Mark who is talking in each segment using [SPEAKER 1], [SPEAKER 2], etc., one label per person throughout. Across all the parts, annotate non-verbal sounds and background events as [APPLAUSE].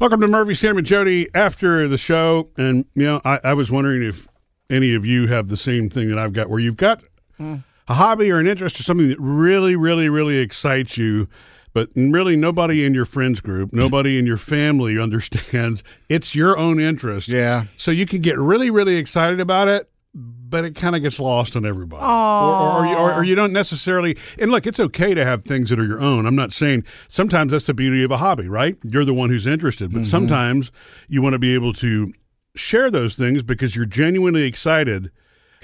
[SPEAKER 1] Welcome to Murphy, Sam, and Jody after the show. And, you know, I, I was wondering if any of you have the same thing that I've got where you've got a hobby or an interest or something that really, really, really excites you, but really nobody in your friends group, nobody in your family [LAUGHS] understands it's your own interest.
[SPEAKER 2] Yeah.
[SPEAKER 1] So you can get really, really excited about it, but it kind of gets lost on everybody. Or, or, you- or, or you don't necessarily. And look, it's okay to have things that are your own. I'm not saying sometimes that's the beauty of a hobby, right? You're the one who's interested,
[SPEAKER 2] Mm-hmm.
[SPEAKER 1] but sometimes you want to be able to share those things because you're genuinely excited.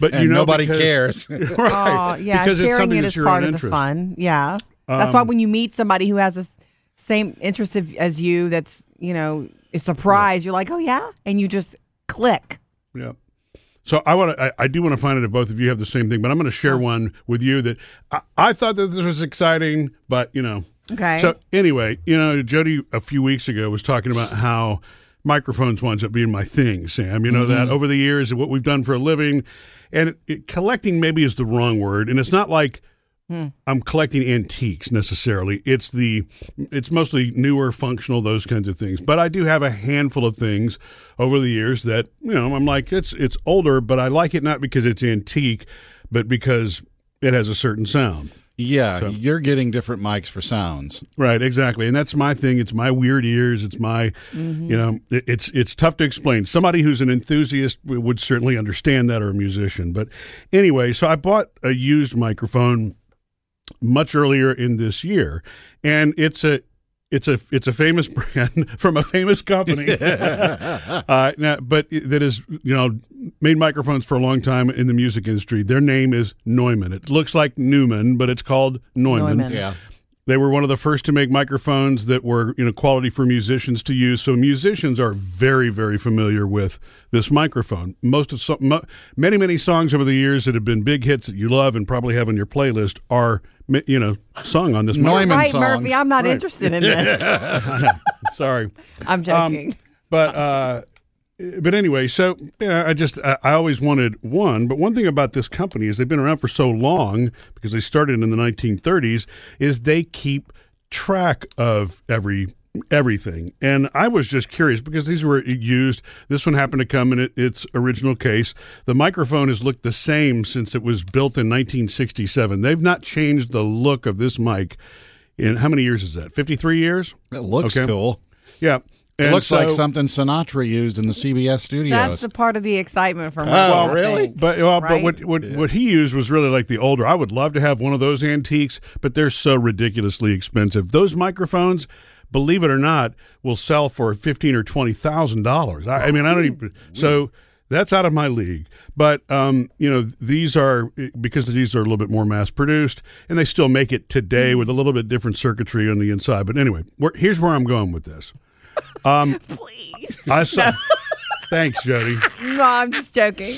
[SPEAKER 1] But
[SPEAKER 2] And
[SPEAKER 1] you know
[SPEAKER 2] nobody
[SPEAKER 1] because- [LAUGHS]
[SPEAKER 2] cares.
[SPEAKER 1] right?
[SPEAKER 3] Oh, yeah.
[SPEAKER 1] because it's
[SPEAKER 3] Sharing
[SPEAKER 1] something
[SPEAKER 3] it
[SPEAKER 1] that's
[SPEAKER 3] is
[SPEAKER 1] your
[SPEAKER 3] part
[SPEAKER 1] own
[SPEAKER 3] of the
[SPEAKER 1] interest. Um,
[SPEAKER 3] fun. Yeah. that's why when you meet somebody who has the same interest of- as you, that's, you know, a surprise, you're like, oh, yeah. And you just click.
[SPEAKER 1] Yeah. So I want to. I, I do want to find out if both of you have the same thing, but I'm going to
[SPEAKER 3] Oh.
[SPEAKER 1] share one with you that I, I thought that this was exciting, but you know.
[SPEAKER 3] Okay.
[SPEAKER 1] So anyway, you know, Jody a few weeks ago was talking about how microphones winds up being my thing, Sam. You know that over the years and what we've done for a living, and it, it- collecting maybe is the wrong word, and it's not like. I'm collecting antiques necessarily. It's the it's mostly newer, functional, those kinds of things. But I do have a handful of things over the years that you know I'm like it's it's older, but I like it not because it's antique, but because it has a certain sound.
[SPEAKER 2] Yeah, you're getting different mics for sounds.
[SPEAKER 1] Right, exactly, and that's my thing. It's my weird ears. It's my, you know, it- it's it's tough to explain. Somebody who's an enthusiast w- would certainly understand that, or a musician. But anyway, so I bought a used microphone much earlier in this year, and it's a it's a it's a famous [LAUGHS] brand from a famous company. uh, now, but it- that is you know made microphones for a long time in the music industry. Their name is Neumann. It looks like Newman, but it's called Neumann.
[SPEAKER 3] Neumann.
[SPEAKER 2] Yeah.
[SPEAKER 1] They were one of the first to make microphones that were, you know, quality for musicians to use. So musicians are very, very familiar with this microphone. Most of so, mo, many, many songs over the years that have been big hits that you love and probably have on your playlist are, mi- you know, sung on this. mic-
[SPEAKER 2] Neumann
[SPEAKER 3] right,
[SPEAKER 2] songs.
[SPEAKER 3] Murphy. I'm not
[SPEAKER 1] [LAUGHS]
[SPEAKER 3] interested in this.
[SPEAKER 1] Sorry.
[SPEAKER 3] I'm
[SPEAKER 1] Um,
[SPEAKER 3] joking.
[SPEAKER 1] but uh, but anyway, so you know, I just I, I always wanted one. But one thing about this company is they've been around for so long because they started in the 1930s. Is they keep track of every everything and i was just curious because these were used this one happened to come in it- its original case the microphone has looked the same since it was built in 1967 they've not changed the look of this mic in how many years is that 53 years
[SPEAKER 2] It looks
[SPEAKER 1] Okay.
[SPEAKER 2] cool.
[SPEAKER 1] yeah
[SPEAKER 2] It
[SPEAKER 1] And
[SPEAKER 2] looks like
[SPEAKER 1] so-
[SPEAKER 2] something Sinatra used in the CBS studios.
[SPEAKER 3] That's the part of the excitement for me.
[SPEAKER 2] Oh,
[SPEAKER 3] I
[SPEAKER 2] really?
[SPEAKER 3] think.
[SPEAKER 1] But well, but
[SPEAKER 3] right?
[SPEAKER 1] what what, what he used was really like the older. I would love to have one of those antiques, but they're so ridiculously expensive. Those microphones, believe it or not, will sell for fifteen or twenty thousand dollars. I, I mean, I don't even so. That's out of my league, but um, you know these are because these are a little bit more mass produced, and they still make it today with a little bit different circuitry on the inside. But anyway, where, here's where I'm going with this.
[SPEAKER 3] Please.
[SPEAKER 1] I saw. Thanks, Jody.
[SPEAKER 3] No, I'm just joking.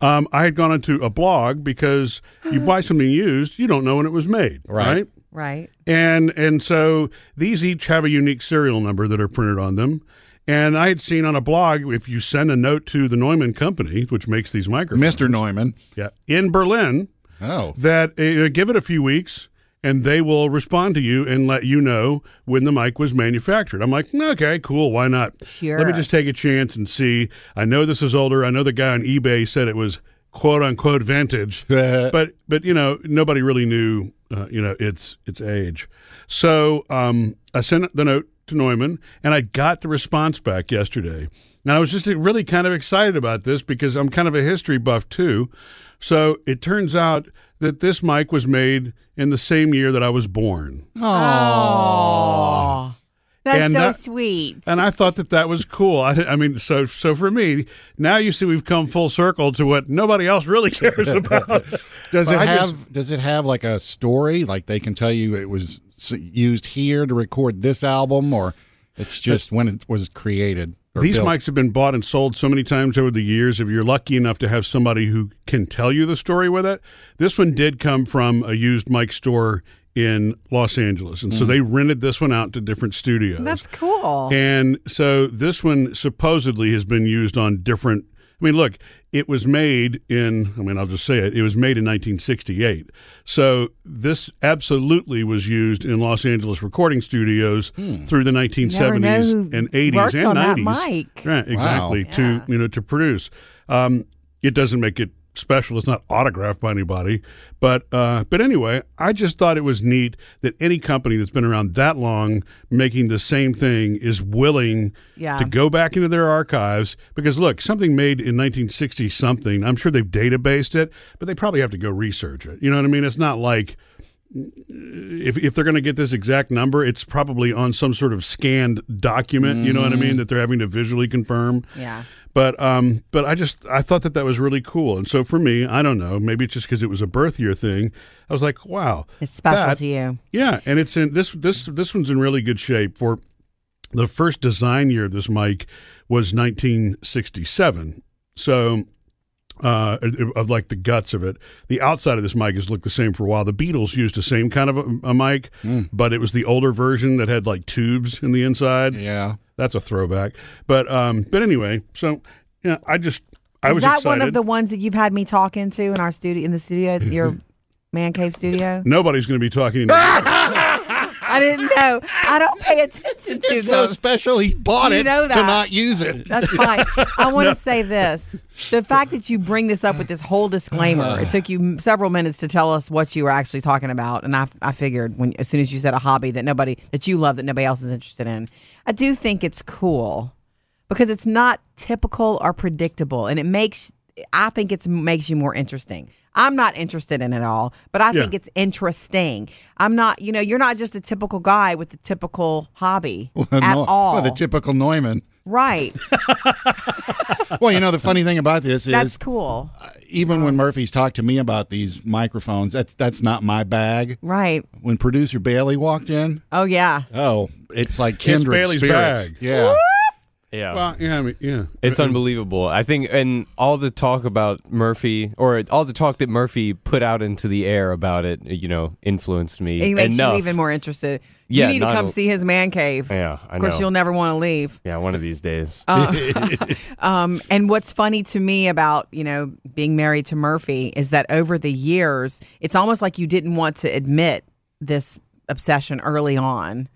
[SPEAKER 1] um, I had gone onto a blog because you buy something used, you don't know when it was made, right?
[SPEAKER 2] Right.
[SPEAKER 3] Right.
[SPEAKER 1] And and so these each have a unique serial number that are printed on them. And I had seen on a blog if you send a note to the Neumann Company, which makes these microphones,
[SPEAKER 2] Mr. Neumann.
[SPEAKER 1] yeah, in Berlin,
[SPEAKER 2] Oh.
[SPEAKER 1] that uh, give it a few weeks and they will respond to you and let you know when the mic was manufactured. I'm like, okay, cool, why not? Let me
[SPEAKER 3] Sure.
[SPEAKER 1] just take a chance and see. I know this is older. I know the guy on eBay said it was quote unquote vintage, [LAUGHS]
[SPEAKER 2] Uh,
[SPEAKER 1] but but you know nobody really knew uh, you know its its age. So um, I sent the note to Neumann and I got the response back yesterday. And I was just uh, really kind of excited about this because I'm kind of a history buff too. So it turns out that this mic was made in the same year that I was born.
[SPEAKER 3] Oh. That's
[SPEAKER 1] And
[SPEAKER 3] so
[SPEAKER 1] that-
[SPEAKER 3] sweet.
[SPEAKER 1] And I thought that that was cool. I, I mean, so so for me, now you see we've come full circle to what nobody else really [LAUGHS] cares about.
[SPEAKER 2] Does
[SPEAKER 1] But
[SPEAKER 2] it
[SPEAKER 1] I just-
[SPEAKER 2] have does it have like a story like they can tell you it was s- used here to record this album or it's just when it was created? or
[SPEAKER 1] These
[SPEAKER 2] built?
[SPEAKER 1] mics have been bought and sold so many times over the years. If you're lucky enough to have somebody who can tell you the story with it, this one did come from a used mic store in Los Angeles, and so they rented this one out to different studios.
[SPEAKER 3] That's cool.
[SPEAKER 1] And so this one supposedly has been used on different. I mean, look, it was made in, I mean, I'll just say it, it was made in 1968. So this absolutely was used in Los Angeles recording studios
[SPEAKER 3] Hmm.
[SPEAKER 1] through the 1970s
[SPEAKER 3] who
[SPEAKER 1] and 80s
[SPEAKER 3] worked
[SPEAKER 1] and
[SPEAKER 3] on
[SPEAKER 1] 90s.
[SPEAKER 3] that mic.
[SPEAKER 1] Right, exactly. To, you know, to produce. Um, it doesn't make it special. It's not autographed by anybody. But, uh, but anyway, I just thought it was neat that any company that's been around that long making the same thing is willing
[SPEAKER 3] Yeah.
[SPEAKER 1] to go back into their archives because look, something made in 1960 something, I'm sure they've databased it, but they probably have to go research it. You know what I mean? It's not like if, if they're going to get this exact number, it's probably on some sort of scanned document. You know what I mean? That they're having to visually confirm.
[SPEAKER 3] Yeah.
[SPEAKER 1] But um, but I just I thought that that was really cool, and so for me, I don't know, maybe it's just because it was a birth year thing. I was like, wow,
[SPEAKER 4] It's special
[SPEAKER 1] that-
[SPEAKER 4] to you.
[SPEAKER 1] yeah, and it's in this this this one's in really good shape for the first design year of this mic was 1967. So uh, of like the guts of it. The outside of this mic has looked the same for a while. The Beatles used the same kind of a, a mic, but it was the older version that had like tubes in the inside.
[SPEAKER 2] Yeah.
[SPEAKER 1] That's a throwback. But um, but anyway, so yeah, I just I
[SPEAKER 3] Is
[SPEAKER 1] was
[SPEAKER 3] that
[SPEAKER 1] excited.
[SPEAKER 3] one of the ones that you've had me talk into in our studio, in the studio, at
[SPEAKER 1] Mm-hmm.
[SPEAKER 3] your man cave studio?
[SPEAKER 1] Nobody's going to be talking. to
[SPEAKER 3] Ah!
[SPEAKER 1] me.
[SPEAKER 3] I didn't know. I don't pay attention to
[SPEAKER 2] It's so
[SPEAKER 3] those.
[SPEAKER 2] special he bought
[SPEAKER 3] You
[SPEAKER 2] it
[SPEAKER 3] know
[SPEAKER 2] to
[SPEAKER 3] that.
[SPEAKER 2] not use it.
[SPEAKER 3] That's fine.
[SPEAKER 2] [LAUGHS]
[SPEAKER 3] I want to say this: the fact that you bring this up with this whole disclaimer, it took you m- several minutes to tell us what you were actually talking about, and I, I figured when as soon as you said a hobby that nobody that you love that nobody else is interested in, I do think it's cool because it's not typical or predictable, and it makes I think it makes you more interesting. I'm not interested in it all, but I
[SPEAKER 1] Yeah.
[SPEAKER 3] think it's interesting. I'm not, you know, you're not just a typical guy with the typical hobby
[SPEAKER 2] [LAUGHS]
[SPEAKER 3] at
[SPEAKER 2] No-
[SPEAKER 3] all.
[SPEAKER 2] Well, the typical Neumann. [LAUGHS]
[SPEAKER 3] right.
[SPEAKER 2] Well, you know, the funny thing about this is
[SPEAKER 3] That's cool.
[SPEAKER 2] even when Murphy's talked to me about these microphones, that's that's not my bag.
[SPEAKER 3] Right.
[SPEAKER 2] When producer Bailey walked in,
[SPEAKER 3] Oh yeah.
[SPEAKER 2] oh, it's like kindred
[SPEAKER 1] Bailey's
[SPEAKER 2] spirits.
[SPEAKER 1] bag.
[SPEAKER 2] Yeah.
[SPEAKER 5] Yeah.
[SPEAKER 1] Well, yeah, I mean, yeah,
[SPEAKER 5] It's unbelievable. I think, and all the talk about Murphy, or all the talk that Murphy put out into the air about it, you know, influenced me.
[SPEAKER 3] It makes
[SPEAKER 5] enough.
[SPEAKER 3] you even more interested.
[SPEAKER 5] Yeah,
[SPEAKER 3] you need to
[SPEAKER 5] not
[SPEAKER 3] come
[SPEAKER 5] a-
[SPEAKER 3] see his man cave.
[SPEAKER 5] Yeah, I
[SPEAKER 3] of course,
[SPEAKER 5] know.
[SPEAKER 3] you'll never want to leave.
[SPEAKER 5] Yeah, one of these days.
[SPEAKER 3] Um, and what's funny to me about you know being married to Murphy is that over the years, it's almost like you didn't want to admit this obsession early on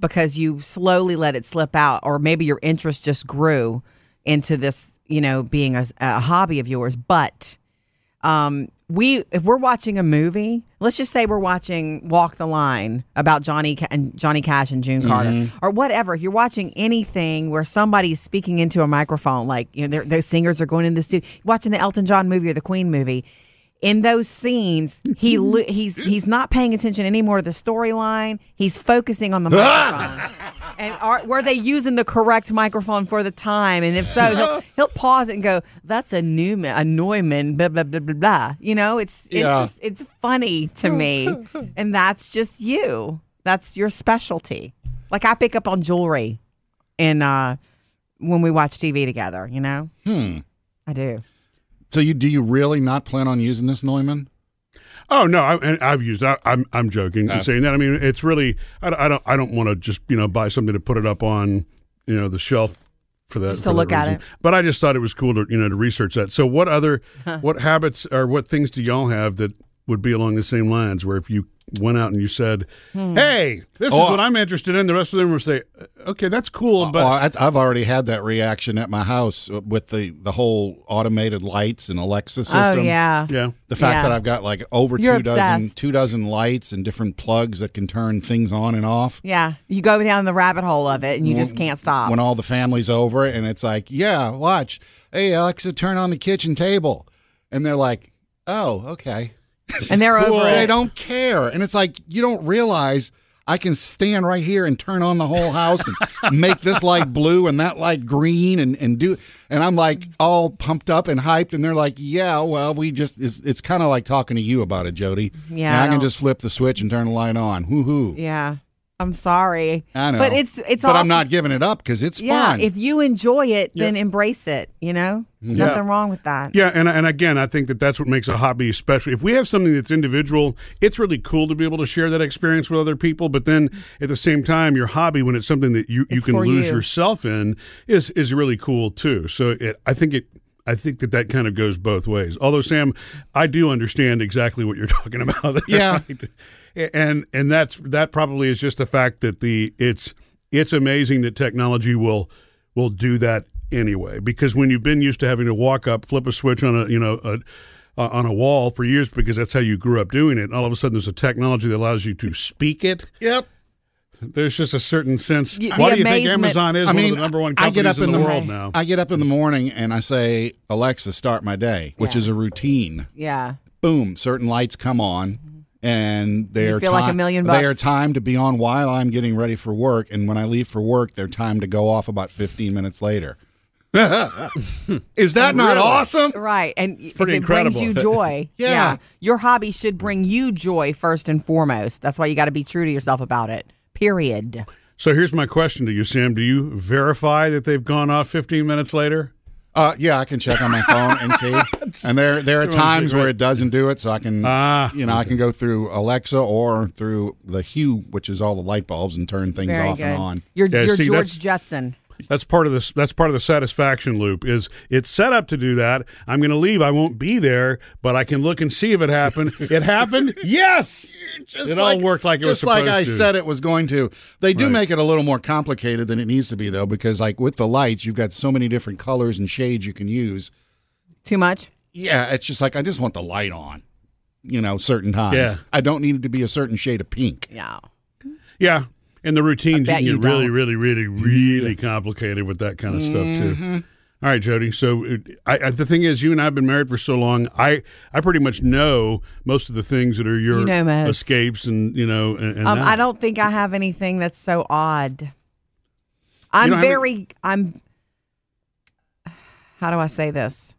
[SPEAKER 3] because you slowly let it slip out, or maybe your interest just grew into this, you know, being a, a hobby of yours. But um, we if we're watching a movie, let's just say we're watching Walk the Line about Johnny Ca- and Johnny Cash and June Carter or whatever. If you're watching anything where somebody's speaking into a microphone, like you know, they're- those singers are going into the studio, You're watching the Elton John movie or the Queen movie. In those scenes, he lo- he's he's not paying attention anymore to the storyline. He's focusing on the microphone. And are, were they using the correct microphone for the time? And if so, he'll, he'll pause it and go, "That's a Newman, a Neumann." Blah blah blah blah blah. You know, it's
[SPEAKER 2] Yeah.
[SPEAKER 3] it's, it's funny
[SPEAKER 2] [LAUGHS]
[SPEAKER 3] to me, and that's just you. That's your specialty. Like I pick up on jewelry, and uh, when we watch TV together, you know. Hmm. I do.
[SPEAKER 2] So you do you really not plan on using this Neumann?
[SPEAKER 1] Oh no, I, and I've used. I, I'm I'm joking in saying that. I mean, it's really. I, don't- I don't. I don't want to just you know buy something to put it up on you know the shelf for that.
[SPEAKER 3] Just to
[SPEAKER 1] for that
[SPEAKER 3] look at
[SPEAKER 1] reason.
[SPEAKER 3] it.
[SPEAKER 1] But I just thought it was cool to you know to research that. So what other what habits or what things do y'all have that would be along the same lines? Where if you went out and you said,
[SPEAKER 3] Hmm.
[SPEAKER 1] "Hey, this
[SPEAKER 2] Oh,
[SPEAKER 1] is what I'm interested in," the rest of them would say, "Okay, that's cool," but
[SPEAKER 2] oh, I, I've already had that reaction at my house with the the whole automated lights and Alexa system.
[SPEAKER 3] Oh yeah.
[SPEAKER 1] yeah.
[SPEAKER 2] The fact
[SPEAKER 3] Yeah.
[SPEAKER 2] that I've got like over
[SPEAKER 3] You're
[SPEAKER 2] two dozen
[SPEAKER 3] obsessed.
[SPEAKER 2] two dozen lights and different plugs that can turn things on and off.
[SPEAKER 3] Yeah, you go down the rabbit hole of it, and you just can't stop.
[SPEAKER 2] when all the family's over and it's like, yeah, watch. Hey, Alexa, turn on the kitchen table. And they're like, oh, okay.
[SPEAKER 3] and they're over
[SPEAKER 2] They
[SPEAKER 3] it.
[SPEAKER 2] don't care. And it's like, you don't realize I can stand right here and turn on the whole house and [LAUGHS] make this light blue and that light green and, and do. And I'm like all pumped up and hyped. And they're like, yeah, well, we just, it's, it's kind of like talking to you about it, Jody.
[SPEAKER 3] Yeah,
[SPEAKER 2] And
[SPEAKER 3] I
[SPEAKER 2] I, can
[SPEAKER 3] don't-
[SPEAKER 2] just flip the switch and turn the light on. Woo hoo.
[SPEAKER 3] Yeah, I'm sorry.
[SPEAKER 2] I know.
[SPEAKER 3] but it's it's.
[SPEAKER 2] But I'm
[SPEAKER 3] awesome.
[SPEAKER 2] not giving it up because it's
[SPEAKER 3] Yeah,
[SPEAKER 2] fun.
[SPEAKER 3] if you enjoy it, then embrace it. You know, nothing wrong with that.
[SPEAKER 1] Yeah, and and again, I think that that's what makes a hobby special. If we have something that's individual, it's really cool to be able to share that experience with other people. But then at the same time, your hobby, when it's something that you, you
[SPEAKER 3] It's
[SPEAKER 1] can
[SPEAKER 3] for
[SPEAKER 1] lose
[SPEAKER 3] you.
[SPEAKER 1] yourself in, is is really cool too. So it, I think it. I think that that kind of goes both ways. Although Sam, I do understand exactly what you're [LAUGHS] talking about. there,
[SPEAKER 2] Yeah.
[SPEAKER 1] [LAUGHS] right? and and that's that probably is just the fact that the it's it's amazing that technology will will do that anyway. Because when you've been used to having to walk up, flip a switch on a you know a uh, on a wall for years because that's how you grew up doing it. And all of a sudden, there's a technology that allows you to speak it.
[SPEAKER 2] Yep.
[SPEAKER 1] There's just a certain sense.
[SPEAKER 3] Y- the
[SPEAKER 1] Why do you think
[SPEAKER 3] amazement-
[SPEAKER 1] Amazon is
[SPEAKER 2] I mean,
[SPEAKER 1] one of the number one
[SPEAKER 2] I
[SPEAKER 1] companies
[SPEAKER 2] get up
[SPEAKER 1] in, the, world
[SPEAKER 2] mo-
[SPEAKER 1] now?
[SPEAKER 2] I get up in the morning and I say, Alexa, start my day, which
[SPEAKER 3] Yeah.
[SPEAKER 2] is a routine.
[SPEAKER 3] Yeah.
[SPEAKER 2] Boom, certain lights come on, and they're
[SPEAKER 3] Mm-hmm. feel like a million bucks.
[SPEAKER 2] They are timed to be on while I'm getting ready for work, and when I leave for work, they're timed to go off about 15 minutes later. [LAUGHS] is that not awesome?
[SPEAKER 3] Right. And y- if
[SPEAKER 1] pretty
[SPEAKER 3] it brings
[SPEAKER 1] incredible.
[SPEAKER 3] you joy,
[SPEAKER 2] Yeah.
[SPEAKER 3] Your hobby should bring you joy first and foremost. That's why you got to be true to yourself about it. Period.
[SPEAKER 1] So here's my question to you, Sam. Do you verify that they've gone off 15 minutes later?
[SPEAKER 2] Uh, yeah, I can check on my phone and
[SPEAKER 1] [LAUGHS]
[SPEAKER 2] see. And there, there are times where it doesn't do it, so I can,
[SPEAKER 1] Ah.
[SPEAKER 2] you know, I can go through Alexa or through the Hue, which is all the light bulbs, and turn things
[SPEAKER 3] Very
[SPEAKER 2] off
[SPEAKER 3] good.
[SPEAKER 2] and on.
[SPEAKER 3] You're,
[SPEAKER 1] Yeah,
[SPEAKER 3] you're
[SPEAKER 1] see,
[SPEAKER 3] George
[SPEAKER 1] that's-
[SPEAKER 3] Jetson.
[SPEAKER 1] That's part of this. That's part of the satisfaction loop. Is it's set up to do that? I'm going to leave. I won't be there, but I can look and see if it happened. It happened. [LAUGHS] Yes.
[SPEAKER 2] Just
[SPEAKER 1] It all worked like it was
[SPEAKER 2] just like
[SPEAKER 1] supposed
[SPEAKER 2] I
[SPEAKER 1] to.
[SPEAKER 2] said it was going to. They do make it a little more complicated than it needs to be, though, because like with the lights, you've got so many different colors and shades you can use.
[SPEAKER 3] Too much?
[SPEAKER 2] Yeah, it's just like I just want the light on, you know, certain times.
[SPEAKER 1] Yeah.
[SPEAKER 2] I don't need it to be a certain shade of pink.
[SPEAKER 3] No.
[SPEAKER 1] Yeah. And the routines
[SPEAKER 3] bet
[SPEAKER 1] can
[SPEAKER 3] you
[SPEAKER 1] get really,
[SPEAKER 3] don't.
[SPEAKER 1] really, really, really complicated with that kind of stuff
[SPEAKER 3] Mm-hmm.
[SPEAKER 1] too. All right, Jody. So it- I, I, the thing is, you and I have been married for so long. I, I pretty much know most of the things that are your
[SPEAKER 3] You know most.
[SPEAKER 1] escapes, and you know. And, and
[SPEAKER 3] Um,
[SPEAKER 1] that.
[SPEAKER 3] I don't think I have anything that's so odd. I'm
[SPEAKER 1] don't have
[SPEAKER 3] very. I'm. How do I say this?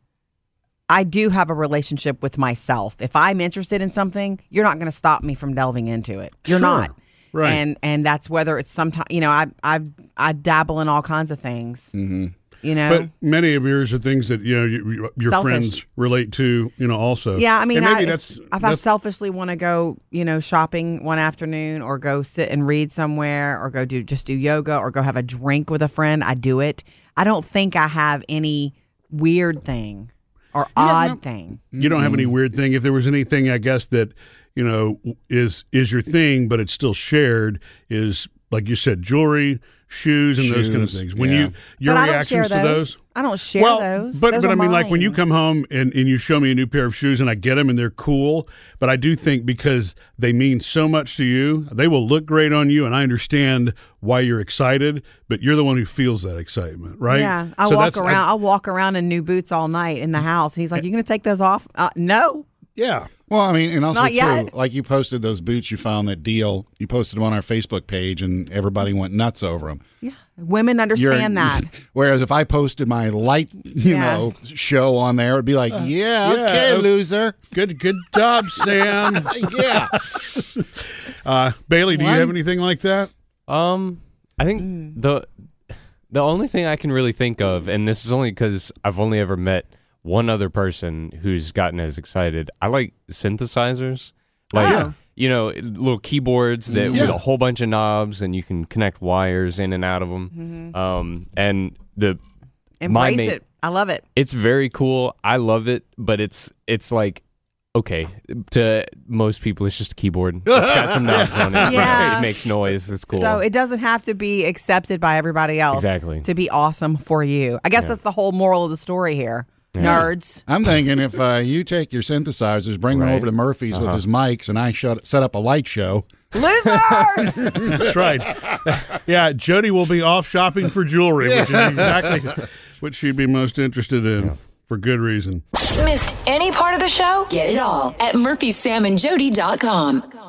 [SPEAKER 3] I do have a relationship with myself. If I'm interested in something, you're not going to stop me from delving into it. You're
[SPEAKER 1] Sure.
[SPEAKER 3] not.
[SPEAKER 1] Right.
[SPEAKER 3] And and that's whether it's sometimes you know I I I dabble in all kinds of things. Mm-hmm. You know.
[SPEAKER 1] But many of yours are things that you know your, your
[SPEAKER 3] Selfish.
[SPEAKER 1] friends relate to. You know, also.
[SPEAKER 3] Yeah, I mean,
[SPEAKER 1] and maybe
[SPEAKER 3] I,
[SPEAKER 1] that's
[SPEAKER 3] if I
[SPEAKER 1] that's-
[SPEAKER 3] selfishly want to go, you know, shopping one afternoon, or go sit and read somewhere, or go do just do yoga, or go have a drink with a friend, I do it. I don't think I have any weird thing or odd
[SPEAKER 1] know-
[SPEAKER 3] thing.
[SPEAKER 1] you don't have any weird thing. If there was anything, I guess that you know is is your thing, but it's still shared. Is like you said, jewelry, shoes, and those kind of
[SPEAKER 2] Shoes,
[SPEAKER 1] things. When
[SPEAKER 2] yeah.
[SPEAKER 1] you your
[SPEAKER 3] but I don't share
[SPEAKER 1] reactions
[SPEAKER 3] those.
[SPEAKER 1] to those.
[SPEAKER 3] I don't share
[SPEAKER 1] well,
[SPEAKER 3] those.
[SPEAKER 1] but
[SPEAKER 3] Those
[SPEAKER 1] but
[SPEAKER 3] are
[SPEAKER 1] I mean, like when you
[SPEAKER 3] mine.
[SPEAKER 1] come home and, and you show me a new pair of shoes and I get them and they're cool, but I do think because they mean so much to you, they will look great on you, and I understand why you're excited, but you're the one who feels that excitement, right?
[SPEAKER 3] Yeah, I
[SPEAKER 1] So
[SPEAKER 3] walk
[SPEAKER 1] that's- I-
[SPEAKER 3] around. I, walk around in new boots all
[SPEAKER 1] [LAUGHS]
[SPEAKER 3] night in the house. He's like, "You gonna take those off?" Uh, no.
[SPEAKER 1] yeah,
[SPEAKER 2] Well, I mean, and also
[SPEAKER 3] Not
[SPEAKER 2] too,
[SPEAKER 3] yet.
[SPEAKER 2] like you posted those boots you found that deal. You posted them on our Facebook page, and everybody went nuts over them.
[SPEAKER 3] Yeah, women
[SPEAKER 1] [LAUGHS]
[SPEAKER 3] understand that.
[SPEAKER 2] [LAUGHS] Whereas if I posted my light, you
[SPEAKER 3] Yeah.
[SPEAKER 2] know, show on there, it'd be like, yeah,
[SPEAKER 1] Uh, yeah,
[SPEAKER 2] okay,
[SPEAKER 1] okay.
[SPEAKER 2] loser.
[SPEAKER 1] good good job, Sam.
[SPEAKER 2] Yeah.
[SPEAKER 1] Uh, Bailey, do
[SPEAKER 2] One-
[SPEAKER 1] you have anything like that?
[SPEAKER 5] Um, I think the the only thing I can really think of, and this is only because I've only ever met one other person who's gotten as excited. I like synthesizers, like
[SPEAKER 3] Oh.
[SPEAKER 5] you know, little keyboards that with a whole bunch of knobs, and you can connect wires in and out of them. Um, and the my
[SPEAKER 3] Embrace
[SPEAKER 5] ma-
[SPEAKER 3] it. I love it.
[SPEAKER 5] it's very cool. I love it, but it's it's like okay to most people, it's just a keyboard. It's got some knobs on it.
[SPEAKER 3] [LAUGHS] Yeah.
[SPEAKER 5] It makes noise. It's cool.
[SPEAKER 3] So it doesn't have to be accepted by everybody else
[SPEAKER 5] Exactly.
[SPEAKER 3] to be awesome for you. I guess that's the whole moral of the story here. Nerds.
[SPEAKER 2] I'm thinking if uh, you take your synthesizers, bring them
[SPEAKER 5] Right.
[SPEAKER 2] over to Murphy's with his mics, and I shut, set up a light show.
[SPEAKER 3] Losers.
[SPEAKER 1] That's right. yeah, Jody will be off shopping for jewelry, which is exactly what she'd be most interested in for good reason.
[SPEAKER 4] Missed any part of the show?
[SPEAKER 6] Get it all at murphysamandjody.com.